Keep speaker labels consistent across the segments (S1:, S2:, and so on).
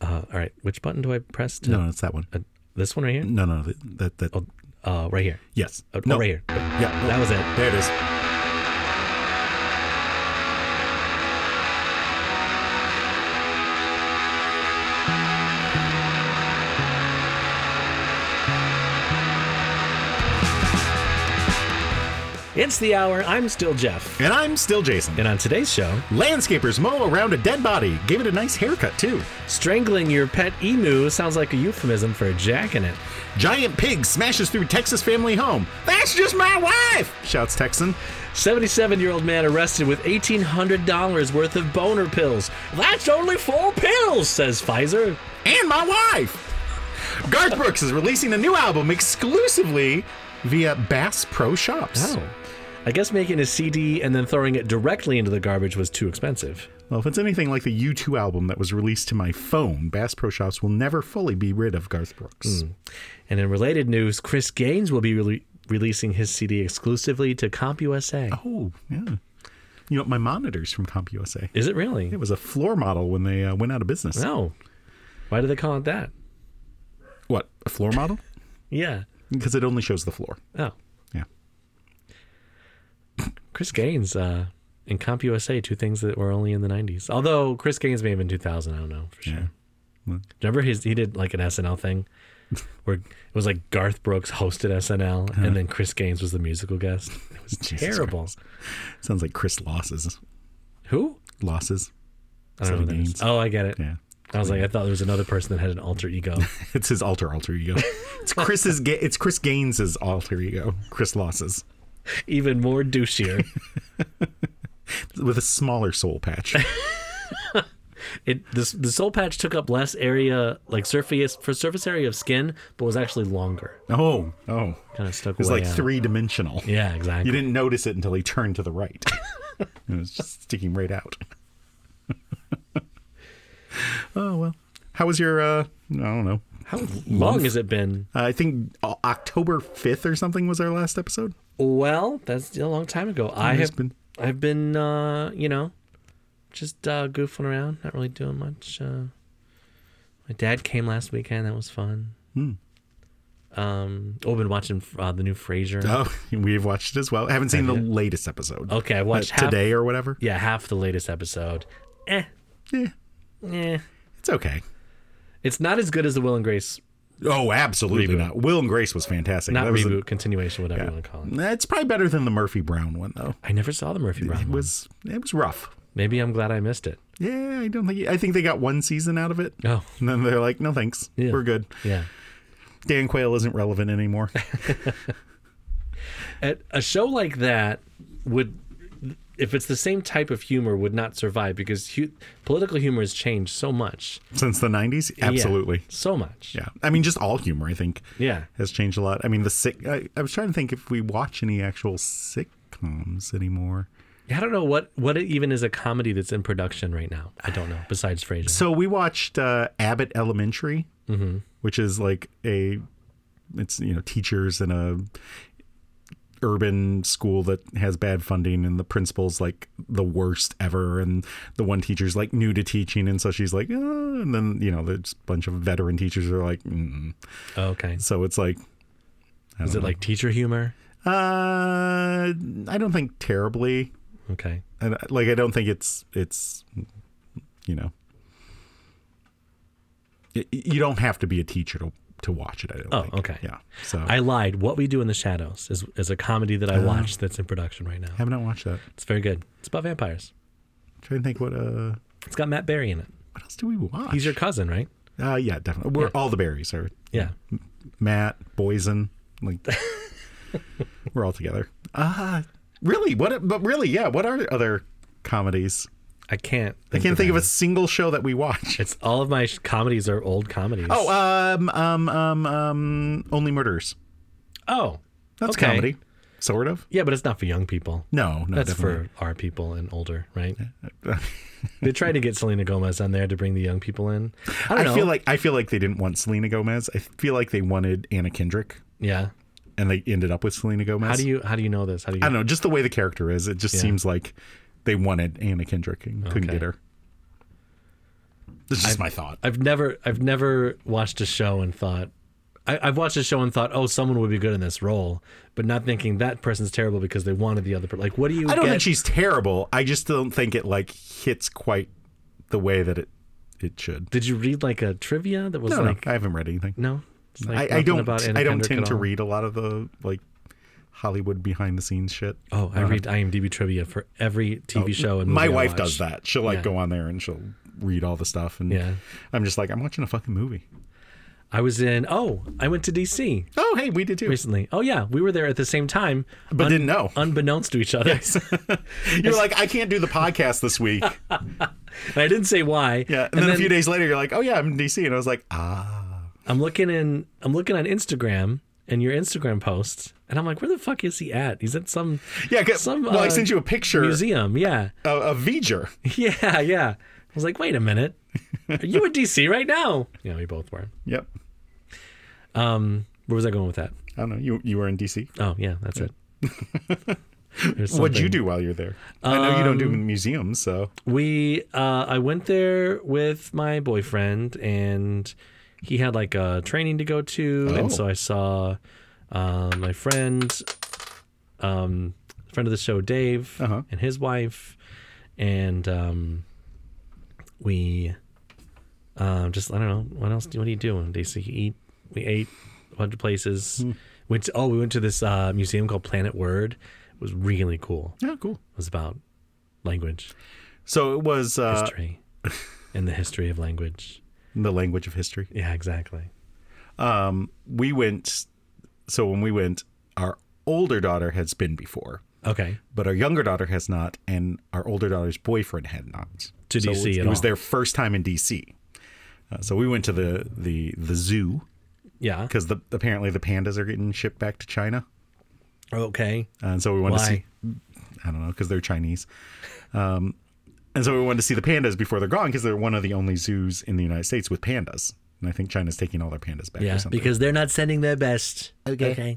S1: Uh, all right, which button do I press? To,
S2: No, no, it's that one.
S1: uh, this one right here.
S2: No, no, that that. that
S1: Oh, uh, right here.
S2: yes.
S1: Oh,
S2: no,
S1: no, right here.
S2: Yeah,
S1: That was it.
S2: There it is.
S1: It's the hour. I'm still Jeff,
S2: And I'm still Jason.
S1: and on today's show,
S2: Landscapers mow around a dead body. Gave it a nice haircut too.
S1: strangling your pet emu sounds like a euphemism for jacking it.
S2: Giant pig smashes through Texas family home. That's just my wife! Shouts Texan.
S1: 77 year old man arrested with $1,800 worth of boner pills. That's only four pills, says Pfizer.
S2: Oh. And my wife! Garth Brooks is releasing a new album exclusively via Bass Pro Shops.
S1: Oh. I guess making a CD and then throwing it directly into the garbage was too expensive.
S2: Well, if it's anything like the U2 album that was released to my phone, Bass Pro Shops will never fully be rid of Garth
S1: Hmm.
S2: Brooks.
S1: And in related news, Chris Gaines will be rele releasing his CD exclusively to CompUSA.
S2: Oh, yeah. You know, my monitor's from CompUSA.
S1: Is it really?
S2: It was a floor model when they uh, went out of business.
S1: No. Why do they call it that?
S2: What, a floor model?
S1: Yeah.
S2: Because it only shows the floor.
S1: Oh,
S2: Yeah.
S1: Chris Gaines uh, and CompUSA, two things that were only in the 90s. Although Chris Gaines may have been 2000, I don't know for sure. Remember his, he did like an SNL thing where it was like Garth Brooks hosted SNL and then Chris Gaines was the musical guest. It was
S2: Uh-huh. Jesus
S1: terrible.
S2: Sounds like Chris Losses.
S1: Who?
S2: Losses.
S1: I don't know who that is.
S2: Gaines.
S1: Oh, I get it.
S2: Yeah.
S1: I was like, I thought there was another person that had an alter ego.
S2: It's his alter alter ego. It's Chris's. Ga- it's Chris Gaines' alter ego. Chris Losses
S1: Even more douchier.
S2: with a smaller soul patch.
S1: It this the soul patch took up less area, like surface for surface area of skin, but was actually longer.
S2: Oh, oh,
S1: Kind of stuck
S2: it was
S1: way
S2: like
S1: out.
S2: three dimensional.
S1: Yeah,
S2: You
S1: exactly.
S2: didn't notice it until he turned to the right. it was just sticking right out. oh well. How was your? uh I don't know. Uh,
S1: How long has it been?
S2: I think O- October fifth or something was our last episode.
S1: Well, that's a long time ago. I
S2: it's
S1: have
S2: been-
S1: been, I've been, uh, you know, just uh, goofing around, not really doing much. Uh, my dad came last weekend. That was fun.
S2: Hmm.
S1: Um, oh, I've been watching uh, the new Frasier.
S2: Oh, we've watched it as well. I haven't seen the latest episode. Uh,
S1: okay, I watched Oh, half,
S2: today or whatever.
S1: Yeah, half the latest episode. Eh,
S2: Yeah,
S1: eh.
S2: it's okay.
S1: It's not as good as the Will and Grace
S2: Oh, absolutely
S1: Reboot.
S2: not. Will and Grace was fantastic.
S1: not
S2: that was a-
S1: reboot continuation, whatever you want to call it.
S2: that's probably better than the Murphy Brown one though.
S1: I never saw the Murphy Brown.
S2: It
S1: one.
S2: was it was rough.
S1: Maybe I'm glad I missed it.
S2: Yeah, I don't think I think they got one season out of it.
S1: Oh,
S2: And then they're like, no thanks.
S1: Yeah.
S2: We're good.
S1: yeah.
S2: Dan Quayle isn't relevant anymore.
S1: at a show like that would if it's the same type of humor would not survive because hu- political humor has changed so much
S2: Since the 90s?
S1: Yeah,
S2: Absolutely.
S1: so much
S2: Yeah. I mean, just all humor, I think,
S1: yeah
S2: has changed a lot. I mean, the sick. I, I was trying to think if we watch any actual sitcoms anymore.
S1: i don't know what what it even is a comedy that's in production right now i don't know besides frasier
S2: So we watched uh, Abbott Elementary, which is like a, it's you know teachers in a urban school that has bad funding, and the principal's like the worst ever, and the one teacher's like new to teaching, and so she's like, "Ah," and then you know there's a bunch of veteran teachers who are like, mm.
S1: oh, okay
S2: so it's like,
S1: is it like teacher humor
S2: uh, I don't think terribly,
S1: okay
S2: and uh, like I don't think it's it's you know y- you don't have to be a teacher to to watch it. I don't
S1: Oh,
S2: think.
S1: okay.
S2: yeah. So I
S1: i lied what we do in the shadows is, is a comedy that
S2: Oh.
S1: i watched that's in production right now
S2: have not watched that.
S1: it's very good it's about vampires
S2: trying to think what uh
S1: it's got matt berry in it
S2: what else do we watch?
S1: he's your cousin right
S2: uh, yeah definitely. We're all the berries are
S1: yeah
S2: Matt Boysen like we're all together. Uh really what but really yeah what are other comedies?
S1: i can't
S2: I can't think of a single show that we watch.
S1: it's all of my sh- comedies are old comedies
S2: Oh, um, um, um, um, Only Murderers.
S1: Oh,
S2: That's
S1: okay.
S2: comedy, sort of.
S1: Yeah, but it's not for young people.
S2: No, no,
S1: That's
S2: definitely.
S1: for our people and older, right? they tried to get Selena Gomez on there to bring the young people in. I don't
S2: I
S1: know.
S2: feel like I feel like they didn't want Selena Gomez. I feel like they wanted Anna Kendrick,
S1: yeah.
S2: and they ended up with Selena Gomez.
S1: How do you how do you know this? How do you?
S2: I don't know. Just the way the character is, it just seems like they wanted Anna Kendrick and couldn't
S1: Okay.
S2: get her. This is just
S1: I've-
S2: my thought.
S1: I've never I've never watched a show and thought I, I've watched a show and thought, oh, someone would be good in this role, but not thinking that person's terrible because they wanted the other person. Like, what do you?
S2: I don't
S1: get?
S2: think she's terrible. I just don't think it like hits quite the way that it it should.
S1: Did you read like a trivia that was
S2: No,
S1: like
S2: no, I haven't read anything.
S1: no? It's like
S2: I, I
S1: nothing
S2: don't.
S1: about Anna
S2: I don't
S1: Kendrick
S2: tend
S1: at
S2: to
S1: all?
S2: read a lot of the like Hollywood behind the scenes shit.
S1: Oh, I read IMDb trivia for every TV show and
S2: Um, oh, My
S1: movie I
S2: wife
S1: watch.
S2: does that. She'll like go on there and she'll read all the stuff, and
S1: Yeah.
S2: I'm just like, I'm watching a fucking movie.
S1: I was in. Oh, I went to DC
S2: Oh, hey, we did too,
S1: recently. Oh yeah, we were there at the same time,
S2: but didn't know.
S1: unbeknownst to each other.
S2: You're like, I can't do the podcast this week.
S1: And I didn't say why.
S2: Yeah, and, then, a few days later, you're like, oh yeah, I'm in DC, and I was like, ah,
S1: I'm looking in I'm looking on Instagram and your Instagram posts and I'm like, where the fuck is he at? He's at some
S2: yeah. 'cause-
S1: Some,
S2: well, I
S1: uh,
S2: sent you a picture
S1: museum. Yeah.
S2: of, of V'ger.
S1: Yeah, yeah. I was like, wait a minute. Are you in DC right now? Yeah, we both were.
S2: Yep.
S1: Um where was I going with that?
S2: I don't know. You you were in DC.
S1: Oh yeah, that's it. There's
S2: What'd you
S1: something. Um,
S2: do while you're there? I know you don't do museums, so
S1: We uh I went there with my boyfriend and he had like a training to go to
S2: Oh.
S1: and so I saw uh, my friend um friend of the show Dave
S2: Uh-huh.
S1: and his wife and um we um just I don't know what else do what do you do in DC You eat we ate a bunch of places
S2: Hmm.
S1: went to, oh we went to this uh museum called Planet Word it was really cool
S2: yeah, cool.
S1: it was about language
S2: So it was uh,
S1: history and the history of language.
S2: the language of history.
S1: Yeah, exactly.
S2: Um, we went. So when we went, our older daughter has been before,
S1: Okay.
S2: but our younger daughter has not, and our older daughter's boyfriend had not.
S1: To
S2: So
S1: DC
S2: It,
S1: at
S2: it was
S1: all.
S2: their first time in DC. Uh, so we went to the the the zoo
S1: Yeah.
S2: because the, apparently the pandas are getting shipped back to China, Uh,
S1: Okay.
S2: and so we wanted to
S1: Why?
S2: see. I don't know because they're Chinese. Um, and so we wanted to see the pandas before they're gone because they're one of the only zoos in the United States with pandas. And I think China's taking all their pandas back or
S1: Yeah,
S2: something.
S1: because they're not sending their best.
S2: Okay.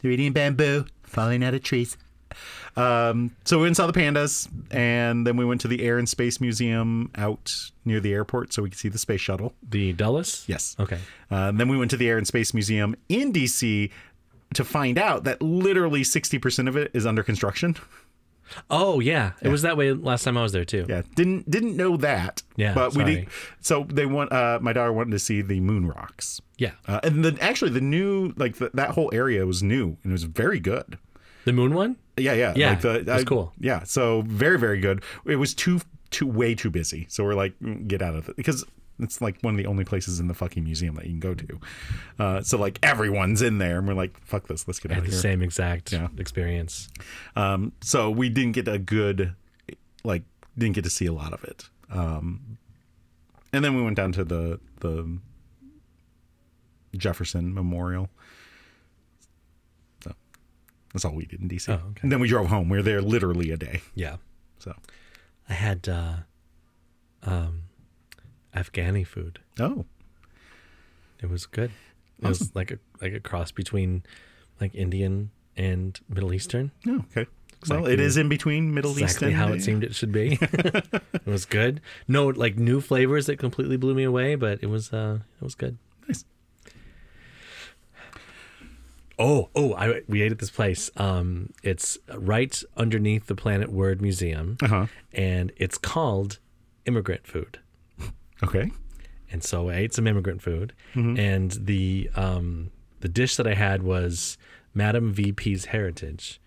S2: they're eating bamboo, falling out of trees. Um, so we went and saw the pandas, and then we went to the Air and Space Museum out near the airport so we could see the space shuttle.
S1: The Dulles?
S2: Yes.
S1: Okay.
S2: Uh, and then we went to the Air and Space Museum in DC to find out that literally 60% of it is under construction.
S1: Oh yeah. It was that way last time I was there too.
S2: Yeah, didn't didn't know that.
S1: Yeah,
S2: but we
S1: sorry.
S2: did. So they want uh, my daughter wanted to see the moon rocks,
S1: Yeah.
S2: uh, and then actually the new like the, that whole area was new and it was very good.
S1: The moon one?
S2: Yeah, yeah,
S1: Yeah,
S2: Like the,
S1: it was
S2: I-
S1: cool.
S2: Yeah, so very very good. It was too too way too busy, so we're like "Mm, get out of it because. It's like one of the only places in the fucking museum that you can go to. Uh, so like everyone's in there, and we're like, "Fuck this, let's get out
S1: Had
S2: of
S1: the
S2: here."
S1: same exact experience.
S2: Um, so we didn't get a good, like, didn't get to see a lot of it. Um, and then we went down to the the Jefferson Memorial. So that's all we did in DC.
S1: Oh, okay.
S2: And then we drove home. We were there literally a day.
S1: Yeah.
S2: So
S1: I had uh um Afghani food.
S2: oh,
S1: It was good. It was like a like a cross between like Indian and Middle Eastern.
S2: no, okay. Well, it is in between Middle East
S1: exactly
S2: and
S1: how it seemed it should be. it was good. No, like new flavors that completely blew me away, but it was uh it was good.
S2: Nice.
S1: Oh, oh, I we ate at this place. Um it's right underneath the Planet Word Museum
S2: Uh-huh.
S1: and it's called Immigrant Food.
S2: Okay.
S1: And so I ate some immigrant food and the um the dish that I had was Madame VP's heritage.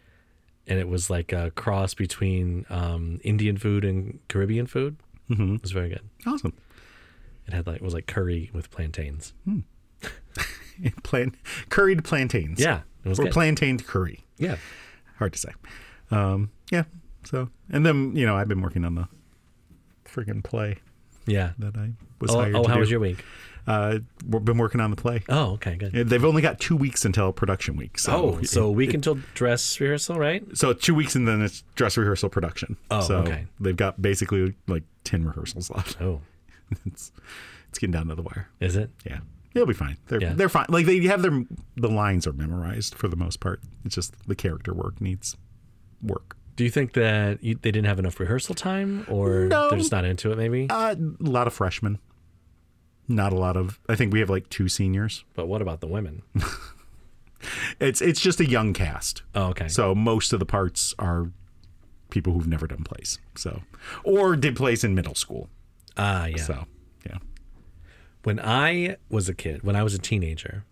S1: and it was like a cross between um, Indian food and Caribbean food. Mm-hmm. It was very good.
S2: Awesome.
S1: It had like it was like curry with plantains.
S2: Plant curried plantains.
S1: Yeah, it was
S2: Or
S1: good.
S2: plantain curry.
S1: yeah,
S2: hard to say. Um, yeah. So, and then you know, I've been working on the freaking play
S1: yeah.
S2: that I was
S1: Oh,
S2: hired
S1: oh,
S2: to
S1: how
S2: do.
S1: was your week?
S2: Uh, we've been working on the play.
S1: Oh, okay, good.
S2: Yeah, They've only got two weeks until production week. So
S1: oh, so a week until dress rehearsal, right?
S2: so two weeks and then it's dress rehearsal production.
S1: Oh,
S2: so
S1: okay.
S2: They've got basically like ten rehearsals left.
S1: Oh,
S2: it's it's getting down to the wire.
S1: is it?
S2: Yeah, they'll be fine. They're
S1: Yeah.
S2: they're fine. Like they have their the lines are memorized for the most part. It's just the character work needs work.
S1: Do you think that you, they didn't have enough rehearsal time, or
S2: No.
S1: they're just not into it? Maybe.
S2: Uh, a lot of freshmen. not a lot of. I think we have like two seniors.
S1: But what about the women?
S2: It's it's just a young cast,
S1: Oh, okay.
S2: so most of the parts are people who've never done plays, so or did plays in middle school.
S1: Ah, yeah.
S2: So yeah,
S1: when I was a kid, when I was a teenager,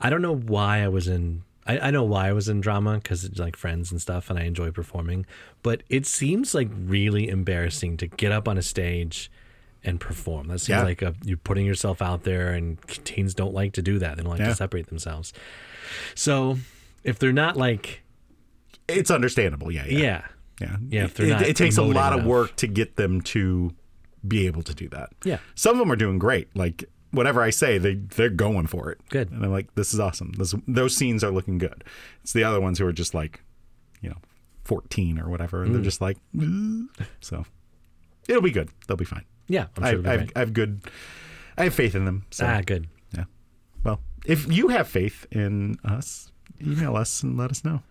S1: I don't know why I was in. I, I know why I was in drama because it's like friends and stuff, and I enjoy performing. But it seems like really embarrassing to get up on a stage and perform. That seems
S2: Yeah.
S1: like a, you're putting yourself out there, and teens don't like to do that. They don't like
S2: Yeah.
S1: to separate themselves. So if they're not like,
S2: it's understandable. Yeah, yeah,
S1: yeah,
S2: yeah.
S1: Yeah, if
S2: It,
S1: they're not
S2: it takes a
S1: emoting
S2: lot of
S1: enough.
S2: work to get them to be able to do that.
S1: Yeah.
S2: some of them are doing great. Like whatever I say, they they're going for it.
S1: Good.
S2: and I'm like, this is awesome. This, those scenes are looking good. It's the other ones who are just like, you know, 14 or whatever, and they're
S1: Mm.
S2: just like, "Ugh." so it'll be good. They'll be fine.
S1: yeah, I'm sure
S2: I,
S1: it'll be
S2: I've,
S1: great.
S2: I've good. I have faith in them. So
S1: ah, good.
S2: yeah. Well, if you have faith in us, email us and let us know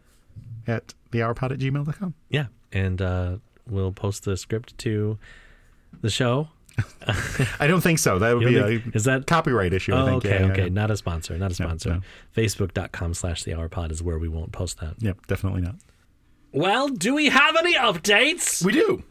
S2: at thehourpod at gmail.com.
S1: Yeah, and uh, we'll post the script to the show.
S2: I don't think so. That would
S1: You
S2: be
S1: don't think-
S2: a
S1: is that
S2: copyright issue. I
S1: Oh,
S2: think.
S1: okay,
S2: Yeah, yeah,
S1: okay.
S2: yeah.
S1: Not a sponsor, not a sponsor.
S2: no.
S1: Facebook.com slash the hour pod is where we won't post that.
S2: Yep, definitely not.
S1: Well, do we have any updates?
S2: We do.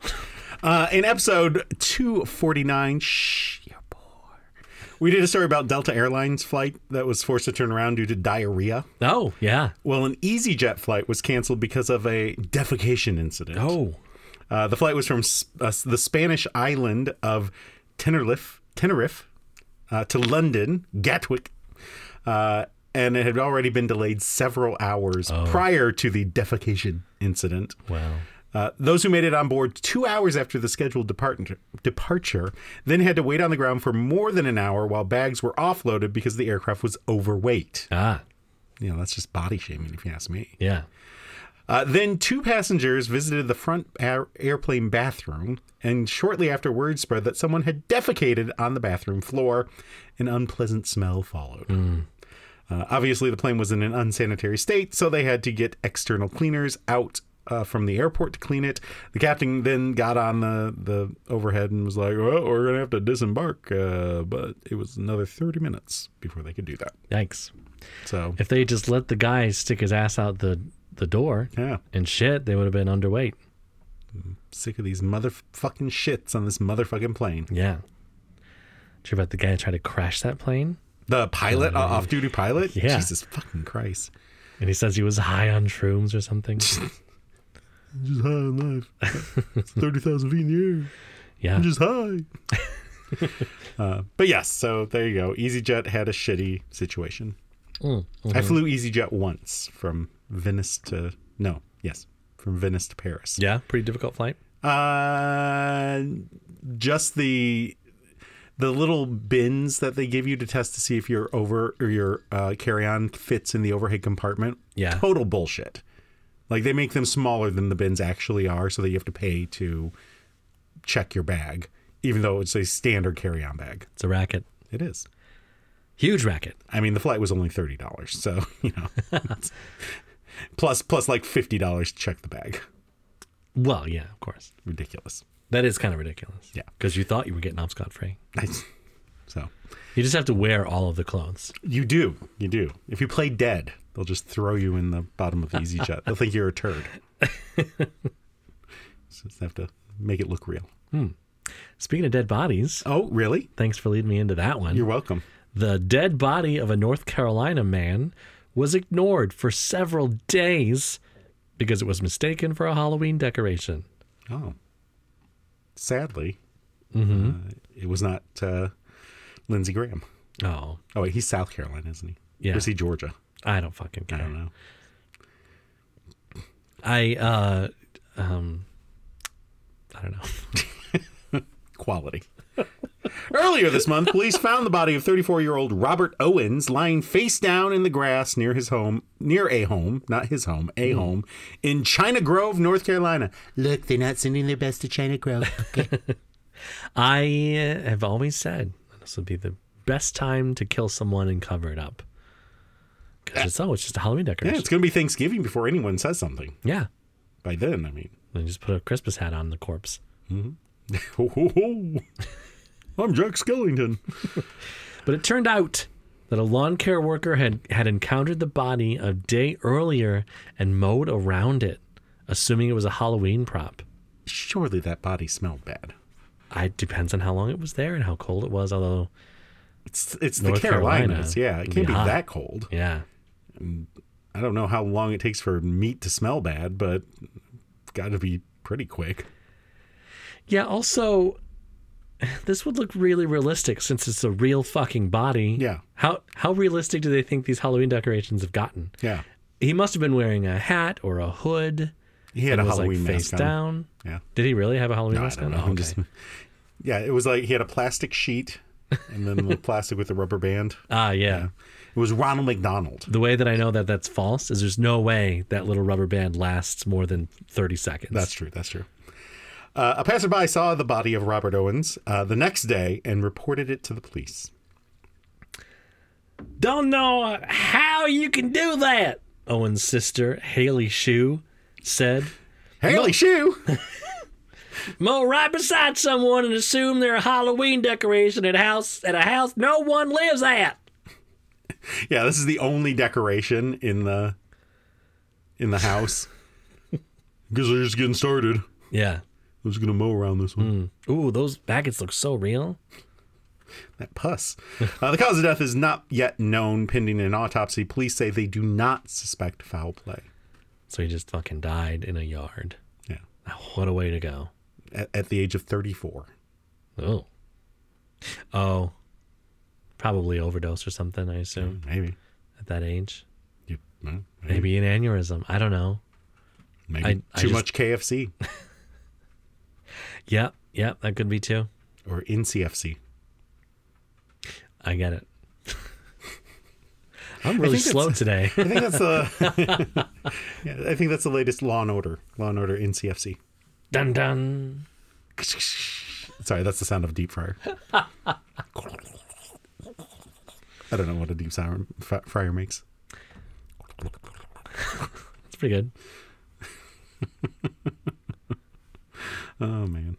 S2: Uh, in episode 249, shh, you're bored. We did a story about Delta Airlines flight that was forced to turn around due to diarrhea.
S1: Oh, yeah.
S2: Well, an EasyJet flight was canceled because of a defecation incident.
S1: Oh,
S2: Uh, the flight was from S- uh, the Spanish island of Tenerife, Tenerife uh, to London, Gatwick, uh, and it had already been delayed several hours prior to the defecation incident.
S1: wow.
S2: Uh, those who made it on board two hours after the scheduled depart- departure then had to wait on the ground for more than an hour while bags were offloaded because the aircraft was overweight.
S1: Ah,
S2: You know, that's just body shaming, if you ask me.
S1: yeah.
S2: Uh, then two passengers visited the front air- airplane bathroom, and shortly after, word spread that someone had defecated on the bathroom floor. An unpleasant smell followed. Uh, obviously, the plane was in an unsanitary state, so they had to get external cleaners out uh, from the airport to clean it. The captain then got on the, the overhead and was like, Well, we're going to have to disembark. Uh, but it was another 30 minutes before they could do that.
S1: Yikes.
S2: So,
S1: If they just let the guy stick his ass out the, the door
S2: yeah.
S1: and shit, they would have been underweight.
S2: Sick of these motherfucking shits on this motherfucking plane.
S1: Yeah. Sure about the guy that tried to crash that plane?
S2: The pilot, uh, off-duty pilot.
S1: yeah.
S2: Jesus fucking Christ.
S1: And he says he was high on shrooms or something.
S2: Just high on life. Thirty thousand feet in the air.
S1: Yeah.
S2: just high. uh, but yes, so there you go. EasyJet had a shitty situation. I flew EasyJet once from Venice to no, yes, from Venice to Paris.
S1: Yeah. Pretty difficult flight.
S2: Uh, just the the little bins that they give you to test to see if your over or your uh, carry on fits in the overhead compartment.
S1: Yeah.
S2: total bullshit. Like they make them smaller than the bins actually are, so that you have to pay to check your bag, even though it's a standard carry on bag.
S1: It's a racket.
S2: It is.
S1: Huge racket.
S2: I mean, the flight was only thirty dollars, so you know, it's- plus plus like fifty dollars to check the bag.
S1: Well, yeah, of course.
S2: Ridiculous.
S1: That is kind of ridiculous.
S2: Yeah.
S1: Because you thought you were getting off scot free.
S2: Nice. So.
S1: You just have to wear all of the clothes.
S2: You do. You do. If you play dead, they'll just throw you in the bottom of the EasyJet. they'll think you're a turd. so they have to make it look real.
S1: Speaking of dead bodies,
S2: Oh, really?
S1: thanks for leading me into that one.
S2: You're welcome.
S1: the dead body of a North Carolina man was ignored for several days because it was mistaken for a Halloween decoration.
S2: Oh. Sadly, uh, it was not uh, Lindsey Graham.
S1: Oh,
S2: Oh, wait, he's South Carolina, isn't he?
S1: Yeah.
S2: Or is he Georgia?
S1: I don't fucking
S2: I
S1: care.
S2: don't know.
S1: I, uh, um, I don't know.
S2: quality. Earlier this month, police found the body of 34-year-old Robert Owens lying face down in the grass near his home, near a home, not his home, a home in China Grove, North Carolina. Hmm. Look, they're not sending their best to China Grove.
S1: I have always said this would be the best time to kill someone and cover it up. Because it's, oh, it's just a Halloween
S2: Eh. yeah,
S1: decoration.
S2: it's going to be Thanksgiving before anyone says something.
S1: yeah.
S2: By then, I mean.
S1: And just put a Christmas hat on the corpse.
S2: I'm Jack Skellington.
S1: But it turned out that a lawn care worker had, had encountered the body a day earlier and mowed around it, assuming it was a Halloween prop.
S2: Surely that body smelled bad.
S1: I depends on how long it was there and how cold it was, although
S2: It's it's
S1: North
S2: the
S1: Carolina.
S2: Carolinas. Yeah, it
S1: It'd
S2: can't
S1: be
S2: be
S1: hot.
S2: that cold.
S1: yeah.
S2: I don't know how long it takes for meat to smell bad, but got to be pretty quick.
S1: Yeah, also this would look really realistic since it's a real fucking body.
S2: Yeah.
S1: How how realistic do they think these Halloween decorations have gotten?
S2: Yeah,
S1: He must have been wearing a hat or a hood.
S2: he had
S1: and
S2: a
S1: was
S2: Halloween
S1: like
S2: mask
S1: face
S2: on.
S1: down.
S2: Yeah,
S1: Did he really have a Halloween
S2: I
S1: mask on?
S2: don't know.
S1: Oh,
S2: I'm
S1: okay.
S2: just yeah, it was like he had a plastic sheet and then the plastic with the rubber band.
S1: Ah, yeah.
S2: It was Ronald McDonald.
S1: The way that I know that that's false is there's no way that little rubber band lasts more than 30 seconds.
S2: That's true. That's true. Uh, a passerby saw the body of Robert Owens uh, the next day and reported it to the police.
S1: Don't know how you can do that, Owen's sister, Haley Shue, said.
S2: Haley Shoe.
S1: Mow right beside someone and assume they're a Halloween decoration at house at a house no one lives at.
S2: yeah, this is the only decoration in the in the house. Because they're just getting started. I'm
S1: Yeah.
S2: just gonna mow around this one.
S1: Ooh, those packets look so real.
S2: That pus. Uh, the cause of death is not yet known. Pending an autopsy, police say they do not suspect foul play.
S1: So he just fucking died in a yard. Ah,
S2: Yeah,
S1: What a way to go.
S2: at, at the age of thirty-four.
S1: Oh. Oh. Probably overdose or something, I assume,
S2: Maybe.
S1: at that age.
S2: You, well, maybe.
S1: Maybe an aneurysm. I don't know.
S2: maybe.
S1: I- I
S2: Too
S1: just-
S2: much KFC
S1: Yep, yep, that could be too.
S2: or NCFC.
S1: I get it. I'm really
S2: think
S1: slow today.
S2: I think that's the. yeah, I think that's the latest Law and Order. Law and Order NCFC.
S1: dun dun.
S2: Sorry, that's the sound of a deep fryer. I don't know what a deep sour, f- fryer makes.
S1: That's pretty good.
S2: Oh man,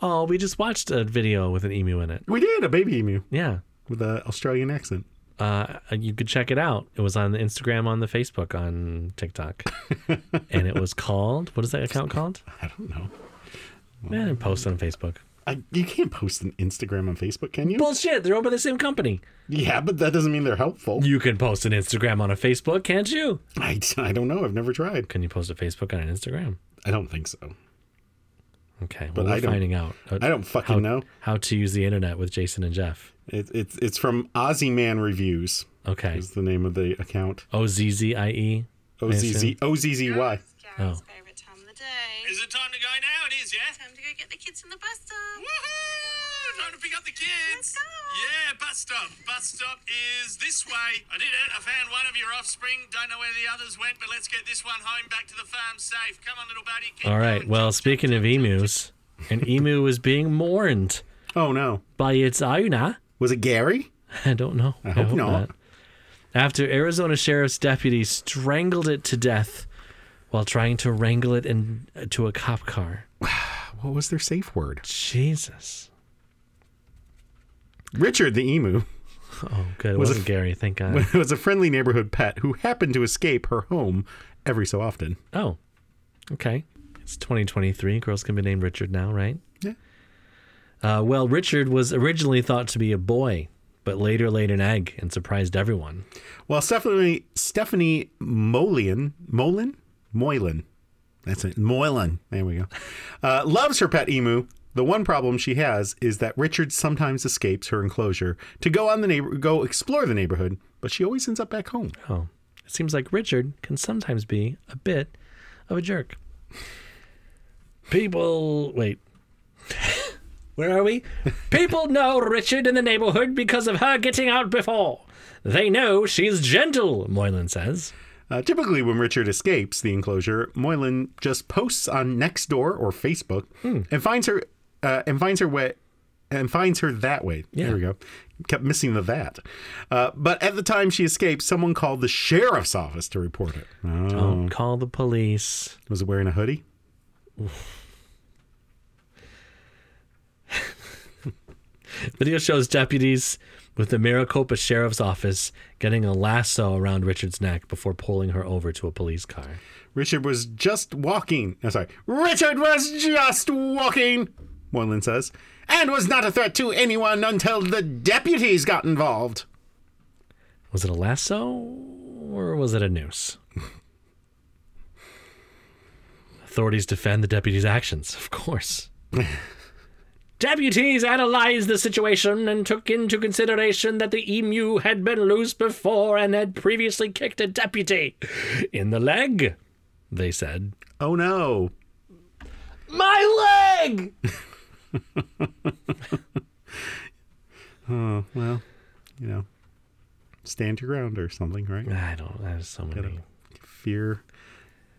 S1: Oh, we just watched a video with an emu in it.
S2: we did a baby emu
S1: Yeah.
S2: with an Australian accent.
S1: Uh, you could check it out. It was on the Instagram, on the Facebook, on TikTok. and it was called, what is that account called?
S2: I don't know. Oh
S1: Man, post on Facebook.
S2: I, you can't post an Instagram on Facebook, can you?
S1: Bullshit, they're owned by the same company.
S2: Yeah, but that doesn't mean they're helpful.
S1: You can post an Instagram on a Facebook, can't you?
S2: I, I don't know. I've never tried.
S1: Can you post a Facebook on an Instagram?
S2: I don't think so.
S1: Okay, well,
S2: But I
S1: we're
S2: don't-
S1: finding out.
S2: I don't fucking
S1: how,
S2: know.
S1: How to use the internet with Jason and Jeff.
S2: It, it's it's from Aussie Man Reviews
S1: Okay.
S2: is the name of the account.
S1: O Z Z I E.
S2: O Z Z
S1: see.
S2: O Z Z Y.
S3: It's Gareth's
S1: Oh.
S3: favorite time of the day.
S4: Is it time to go now? It is, yeah?
S3: time to go get the kids from the bus stop.
S4: Woohoo! Time to pick up the kids!
S3: Let's go.
S4: Yeah, bus stop. Bus stop is this way. I did it. I found one of your offspring. Don't know where the others went, but let's get this one home back to the farm safe. Come on, little buddy. Keep
S1: All right.
S4: going.
S1: Well, speaking of emus, an emu was being mourned
S2: Oh no,
S1: by its owner.
S2: was it Gary?
S1: I don't know. I
S2: hope not.
S1: After Arizona sheriff's deputies strangled it to death while trying to wrangle it into a cop car.
S2: What was their safe word?
S1: Jesus.
S2: Richard the emu.
S1: Oh, good. It
S2: Was it-
S1: wasn't Gary. Thank God.
S2: It was a friendly neighborhood pet who happened to escape her home every so often.
S1: Oh, okay. It's 2023. Girls can be named Richard now, right?
S2: Yeah.
S1: Uh, well, Richard was originally thought to be a boy, but later laid an egg and surprised everyone.
S2: Well, Stephanie Stephanie Molin Molin Moylan, that's it, Moylan. There we go. Uh, loves her pet emu. The one problem she has is that Richard sometimes escapes her enclosure to go on the neighbor go explore the neighborhood, but she always ends up back home.
S1: Oh, it seems like Richard can sometimes be a bit of a jerk. People, wait. Where are we? People know Richard in the neighborhood because of her getting out before. They know she's gentle, Moylan says.
S2: Uh, typically, when Richard escapes the enclosure, Moylan just posts on Nextdoor or Facebook and finds her uh, and finds her way and finds her that way.
S1: Yeah.
S2: There we go. Kept missing the that. Uh, but at the time she escaped, someone called the sheriff's office to report it. Uh,
S1: Don't call the police.
S2: was it wearing a hoodie?
S1: Video shows deputies with the Maricopa Sheriff's Office getting a lasso around Richard's neck before pulling her over to a police car.
S2: Richard was just walking. No, sorry. Richard was just walking, Moreland says, and was not a threat to anyone until the deputies got involved.
S1: Was it a lasso or was it a noose? Authorities defend the deputy's actions, of course. Deputies analyzed the situation and took into consideration that the emu had been loose before and had previously kicked a deputy in the leg, they said.
S2: Oh no.
S1: My leg!
S2: Well, you know, stand your ground or something, right?
S1: I don't, there's so many.
S2: Fear.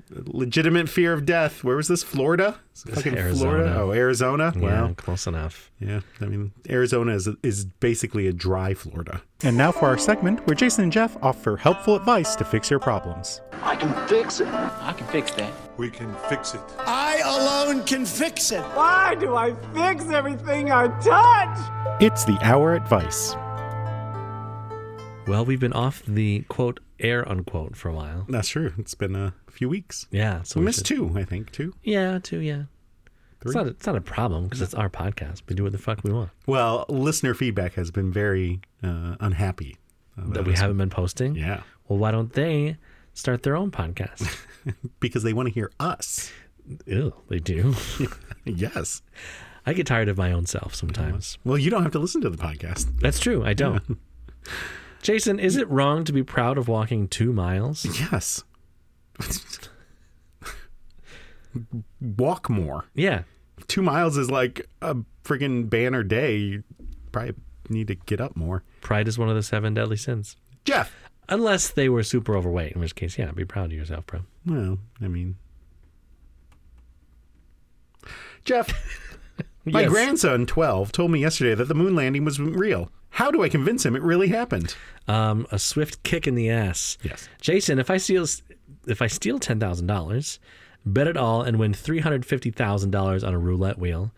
S2: Legitimate fear of death. Where was this? Florida? It's fucking Florida.
S1: Arizona.
S2: Oh, Arizona.
S1: Yeah,
S2: Wow.
S1: close enough.
S2: Yeah, I mean, Arizona is, is basically a dry Florida. And now for our segment where Jason and Jeff offer helpful advice to fix your problems.
S5: I can fix it.
S6: I can fix that.
S7: We can fix it.
S8: I alone can fix it.
S9: Why do I fix everything I touch?
S2: It's the Hour Advice.
S1: Well, we've been off the quote, air unquote, for a while.
S2: That's true. It's been a few weeks.
S1: Yeah, so
S2: We
S1: we
S2: missed
S1: should-
S2: two, I think, two.
S1: Yeah, two. Yeah,
S2: Three?
S1: it's not. It's not a problem because it's our podcast. We do what the fuck we want.
S2: Well, listener feedback has been very uh, unhappy. about
S1: That we
S2: us.
S1: haven't been posting.
S2: Yeah,
S1: Well, why don't they start their own podcast?
S2: because they want to hear us.
S1: Ew, they do.
S2: Yes.
S1: I get tired of my own self sometimes.
S2: Well, you don't have to listen to the podcast.
S1: That's true. I don't. Jason, is it wrong to be proud of walking two miles?
S2: Yes. Walk more.
S1: Yeah.
S2: Two miles is like a friggin' banner day. You probably need to get up more.
S1: Pride is one of the seven deadly sins.
S2: Jeff.
S1: Unless they were super overweight, in which case, yeah, be proud of yourself, bro.
S2: Well, I mean, Jeff. My
S1: Yes.
S2: grandson, 12, told me yesterday that the moon landing was real. How do I convince him it really happened?
S1: Um, a swift kick in the ass.
S2: Yes.
S1: Jason, if I steal if I steal ten thousand dollars, bet it all and win three hundred fifty thousand dollars on a roulette wheel,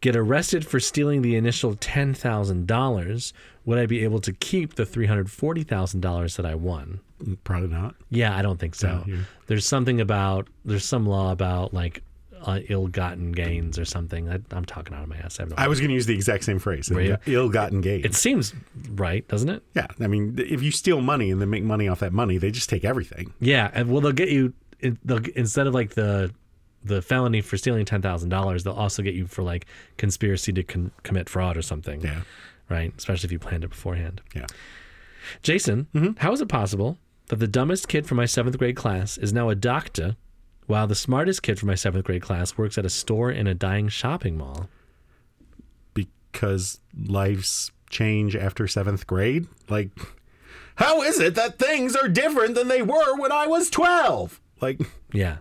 S1: get arrested for stealing the initial ten thousand dollars, would I be able to keep the three hundred forty thousand dollars that I won?
S2: Probably not.
S1: Yeah, I don't think so.
S2: Yeah, you-
S1: There's something about there's some law about like uh, ill-gotten gains or something. I, I'm talking out of my ass. I have no
S2: I was going to use the exact same phrase.
S1: Were you?
S2: Ill-gotten gain.
S1: it seems right, doesn't it?
S2: yeah, I mean, th- if you steal money and then make money off that money, they just take everything.
S1: Yeah, and well, they'll get you. it- They'll instead of like the the felony for stealing ten thousand dollars, they'll also get you for like conspiracy to con- commit fraud or something.
S2: Yeah,
S1: right. Especially if you planned it beforehand.
S2: yeah.
S1: Jason, how is it possible that the dumbest kid from my seventh grade class is now a doctor, while the smartest kid from my seventh grade class works at a store in a dying shopping mall?
S2: Because lives change after seventh grade. Like, how is it that things are different than they were when I was 12? Like,
S1: Yeah.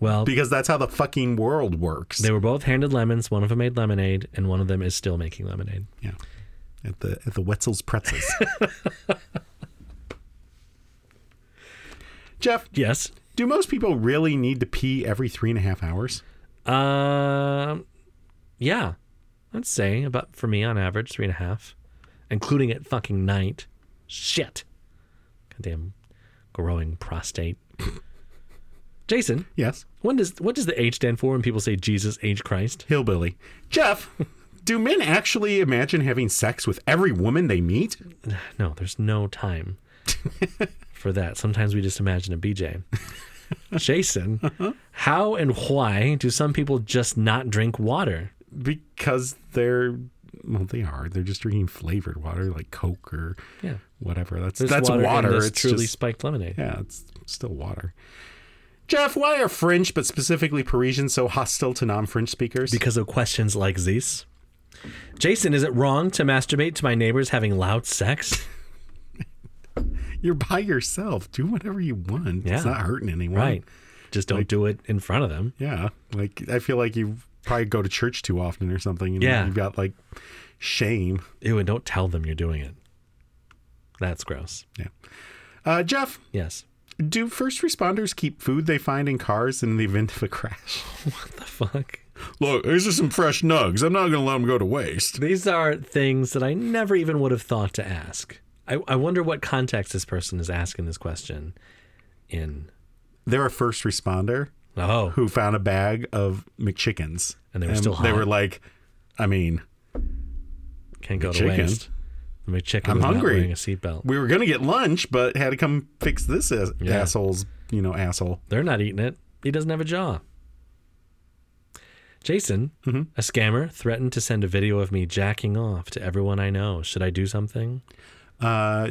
S1: Well,
S2: because that's how the fucking world works.
S1: they were both handed lemons. One of them made lemonade, and one of them is still making lemonade.
S2: yeah. At the at the Wetzel's Pretzels. Jeff,
S1: Yes.
S2: do most people really need to pee every three and a half hours?
S1: Um, yeah, I'd say about for me on average three and a half, including at fucking night. Shit, goddamn, growing prostate. Jason,
S2: Yes.
S1: when does what does the H stand for when people say Jesus H Christ?
S2: Hillbilly. Jeff, do men actually imagine having sex with every woman they meet?
S1: No, there's no time for that. Sometimes we just imagine a BJ. Jason,
S2: Uh-huh.
S1: how and why do some people just not drink water?
S2: Because they're well, they are. They're just drinking flavored water like Coke or
S1: Yeah,
S2: whatever. That's
S1: There's
S2: that's water.
S1: in this
S2: It's
S1: truly
S2: just-
S1: spiked lemonade.
S2: yeah, it's still water. Jeff, why are French, but specifically Parisians, so hostile to non-French speakers?
S1: because of questions like these. Jason, is it wrong to masturbate to my neighbors having loud sex?
S2: You're by yourself. Do whatever you want.
S1: Yeah.
S2: It's not hurting anyone.
S1: Right. Just don't do it in front of them.
S2: Yeah. Like I feel like you probably go to church too often or something. And
S1: Yeah.
S2: You've got like shame.
S1: Ew, and don't tell them you're doing it. That's gross.
S2: Uh, Jeff,
S1: Yes.
S2: do first responders keep food they find in cars in the event of a crash?
S1: What the fuck?
S2: Look, these are some fresh nugs. I'm not going to let them go to waste.
S1: These are things that I never even would have thought to ask. I, I wonder what context this person is asking this question in.
S2: They're a first responder
S1: Oh,
S2: who found a bag of McChickens.
S1: And they were still
S2: They
S1: hot.
S2: were like, I mean,
S1: can't go to
S2: McChicken.
S1: waste. The McChicken
S2: I'm
S1: was not
S2: hungry.
S1: wearing a seatbelt.
S2: we were going to get lunch, but had to come fix this ass-
S1: Yeah.
S2: asshole's, you know, asshole.
S1: They're not eating it. He doesn't have a jaw. Jason, a scammer, threatened to send a video of me jacking off to everyone I know. Should I do something?
S2: Uh,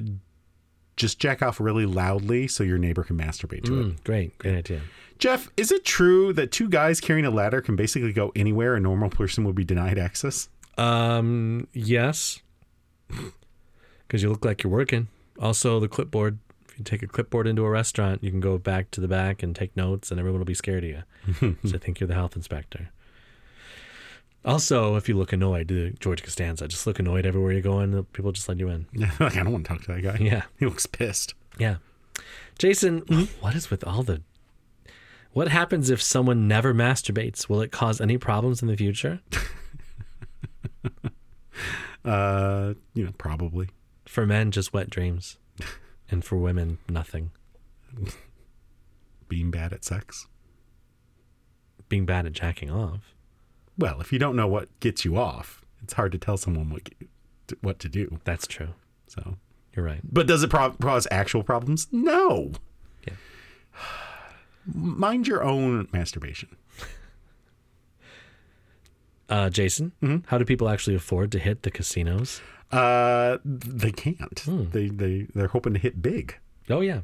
S2: just jack off really loudly so your neighbor can masturbate to it.
S1: Hmm, great, great idea.
S2: Jeff, is it true that two guys carrying a ladder can basically go anywhere a normal person would be denied access?
S1: Um, yes, because you look like you're working. Also, the clipboard. If you take a clipboard into a restaurant, you can go back to the back and take notes, and everyone will be scared of you. so I think you're the health inspector. Also, if you look annoyed, uh, George Costanza, just look annoyed everywhere you go, and people just let you in.
S2: like, I don't want to talk to that guy.
S1: Yeah.
S2: He looks pissed.
S1: Yeah. Jason, what is with all the. What happens if someone never masturbates? Will it cause any problems in the future?
S2: Uh, you know, probably.
S1: For men, just wet dreams. And for women, nothing.
S2: being bad at sex?
S1: Being bad at jacking off.
S2: Well, if you don't know what gets you off, it's hard to tell someone what what to do.
S1: That's true.
S2: So,
S1: You're right.
S2: but does it pro- cause actual problems? No.
S1: Yeah.
S2: Mind your own masturbation.
S1: Uh, Jason, how do people actually afford to hit the casinos?
S2: Uh, they can't.
S1: Hmm.
S2: They they they're hoping to hit big.
S1: Oh, yeah.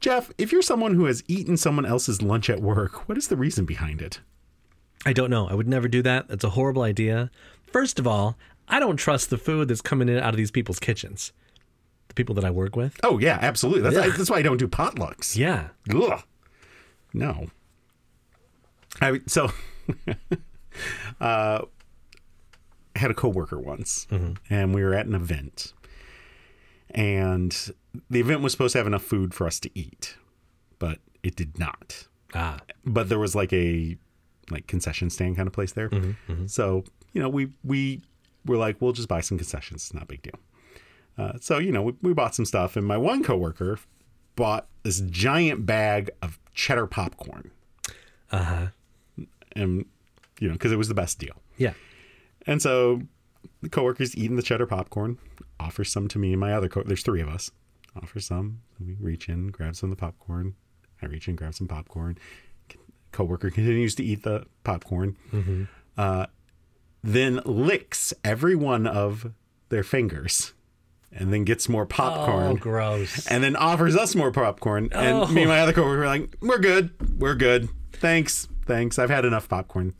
S2: Jeff, if you're someone who has eaten someone else's lunch at work, what is the reason behind it?
S1: I don't know. I would never do that. That's a horrible idea. First of all, I don't trust the food that's coming in out of these people's kitchens. The people that I work with.
S2: Oh yeah, absolutely. That's
S1: Yeah.
S2: that's why I don't do potlucks.
S1: Yeah.
S2: Ugh. No. I so uh I had a coworker once and we were at an event. And the event was supposed to have enough food for us to eat, but it did not.
S1: Ah,
S2: But there was like a like concession stand kind of place there. So, you know, we we were like, we'll just buy some concessions, it's not a big deal. Uh, so, you know, we, we bought some stuff and my one coworker bought this giant bag of cheddar popcorn. Uh-huh. And you know, because it was the best deal.
S1: yeah.
S2: And so the coworker's eating the cheddar popcorn, offers some to me and my other co there's three of us. Offers some. We reach in, grab some of the popcorn. I reach in, grab some popcorn. Coworker continues to eat the popcorn.
S1: Mm-hmm.
S2: Uh, then licks every one of their fingers and then gets more popcorn
S1: Oh, gross.
S2: and then offers us more popcorn. And
S1: Oh.
S2: me and my other coworker were like, "We're good, we're good. Thanks, thanks. I've had enough popcorn."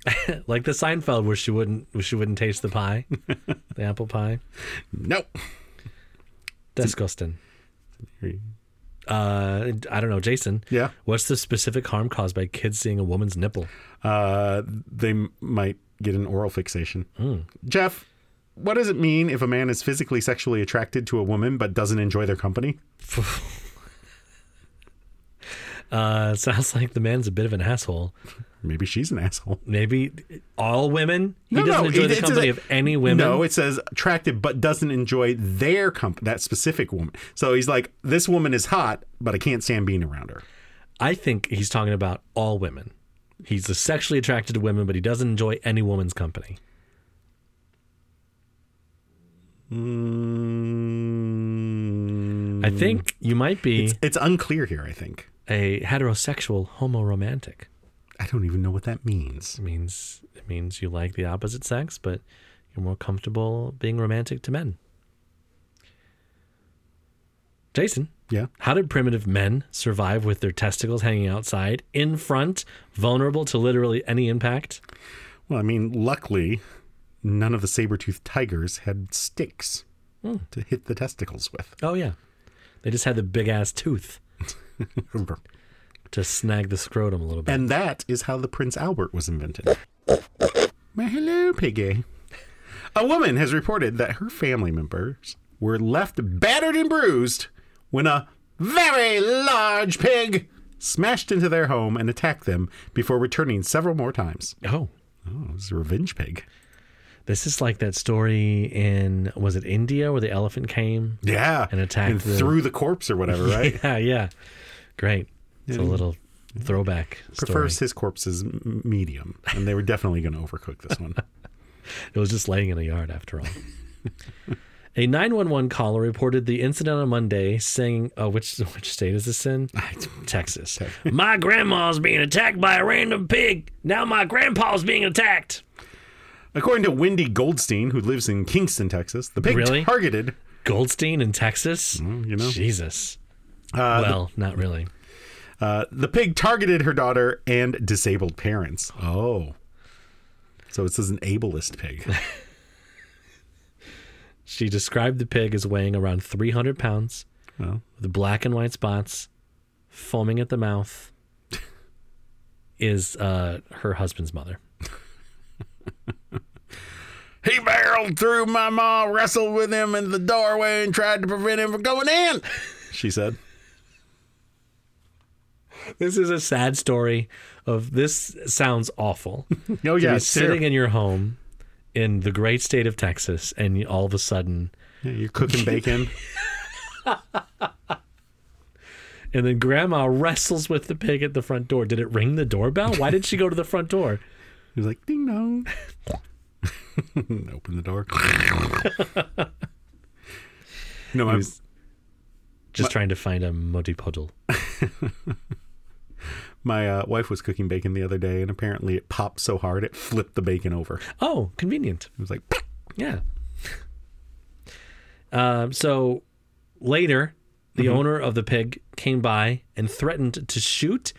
S1: like the Seinfeld where she wouldn't where she wouldn't taste the pie, the apple pie.
S2: nope.
S1: Disgusting. Uh, I don't know, Jason.
S2: Yeah.
S1: What's the specific harm caused by kids seeing a woman's nipple?
S2: Uh, they m- might get an oral fixation.
S1: Hmm.
S2: Jeff, what does it mean if a man is physically sexually attracted to a woman but doesn't enjoy their company?
S1: Uh, sounds like the man's a bit of an asshole.
S2: Maybe she's an asshole.
S1: Maybe all women. He
S2: No,
S1: doesn't
S2: no,
S1: enjoy
S2: it-
S1: the
S2: it
S1: company
S2: doesn't-
S1: of any women.
S2: No, it says attracted but doesn't enjoy their company, that specific woman. So he's like, this woman is hot, but I can't stand being around her.
S1: I think he's talking about all women. He's sexually attracted to women, but he doesn't enjoy any woman's company. I think you might be
S2: Hmm. It's unclear here, I think.
S1: a heterosexual homoromantic.
S2: I don't even know what that means.
S1: It means it means you like the opposite sex, but you're more comfortable being romantic to men. Jason,
S2: Yeah.
S1: how did primitive men survive with their testicles hanging outside, in front, vulnerable to literally any impact?
S2: Well, I mean, luckily, none of the saber-toothed tigers had sticks
S1: Hmm.
S2: to hit the testicles with.
S1: Oh yeah, they just had the big ass tooth to snag the scrotum a little bit.
S2: And that is how the Prince Albert was invented. Well, hello, piggy. A woman has reported that her family members were left battered and bruised when a very large pig smashed into their home and attacked them before returning several more times.
S1: oh,
S2: Oh, it was a revenge pig.
S1: This is like that story in was it India where the elephant came?
S2: Yeah.
S1: And attacked
S2: and
S1: the-
S2: threw the corpse or whatever, right?
S1: Yeah, yeah. Great. It's a little throwback story.
S2: Prefers his corpse is m- medium, and they were definitely going to overcook this one.
S1: It was just laying in a yard after all. a 911 caller reported the incident on Monday, saying, uh, which, which state is this in? Texas. my grandma's being attacked by a random pig. Now my grandpa's being attacked.
S2: According to Wendy Goldstein, who lives in Kingston, Texas, the pig
S1: Really?
S2: targeted
S1: Goldstein in Texas?
S2: Mm, you know.
S1: Jesus. well, not really.
S2: uh, the pig targeted her daughter and disabled parents. Oh, so it says an ableist pig.
S1: She described the pig as weighing around 300 pounds,
S2: Well.
S1: with black and white spots, foaming at the mouth. is uh, her husband's mother.
S2: he barreled through my ma, wrestled with him in the doorway, and tried to prevent him from going in. She said.
S1: This is a sad story of this sounds awful.
S2: Oh
S1: To
S2: yeah,
S1: be
S2: it's
S1: sitting
S2: terrible.
S1: in your home in the great state of Texas and you- all of a sudden
S2: Yeah, you're cooking bacon.
S1: and then grandma wrestles with the pig at the front door. Did it ring the doorbell? Why did she go to the front door?
S2: He was like, ding dong. Open the door. no, my,
S1: Just trying to find a muddy puddle.
S2: my uh, wife was cooking bacon the other day, and apparently it popped so hard it flipped the bacon over. It
S1: Oh, convenient.
S2: was like,
S1: Yeah. Um, so later, the
S2: Mm-hmm.
S1: owner of the pig came by and threatened to shoot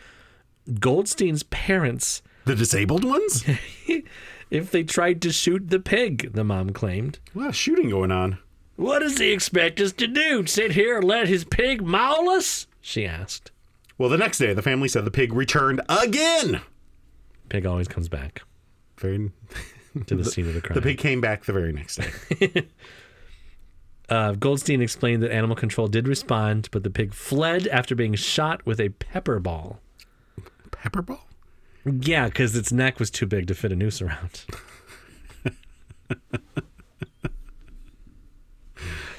S1: Goldstein's parents
S2: the disabled ones?
S1: if they tried to shoot the pig, the mom claimed.
S2: A lot of shooting going on.
S1: What does he expect us to do? Sit here and let his pig maul us? She asked.
S2: Well, the next day, the family said the pig returned again.
S1: Pig always comes back
S2: Very,
S1: to the, scene of the crime.
S2: the pig came back the very next day.
S1: Uh, Goldstein explained that animal control did respond, but the pig fled after being shot with a pepper ball.
S2: Pepper ball?
S1: Yeah, because its neck was too big to fit a noose around.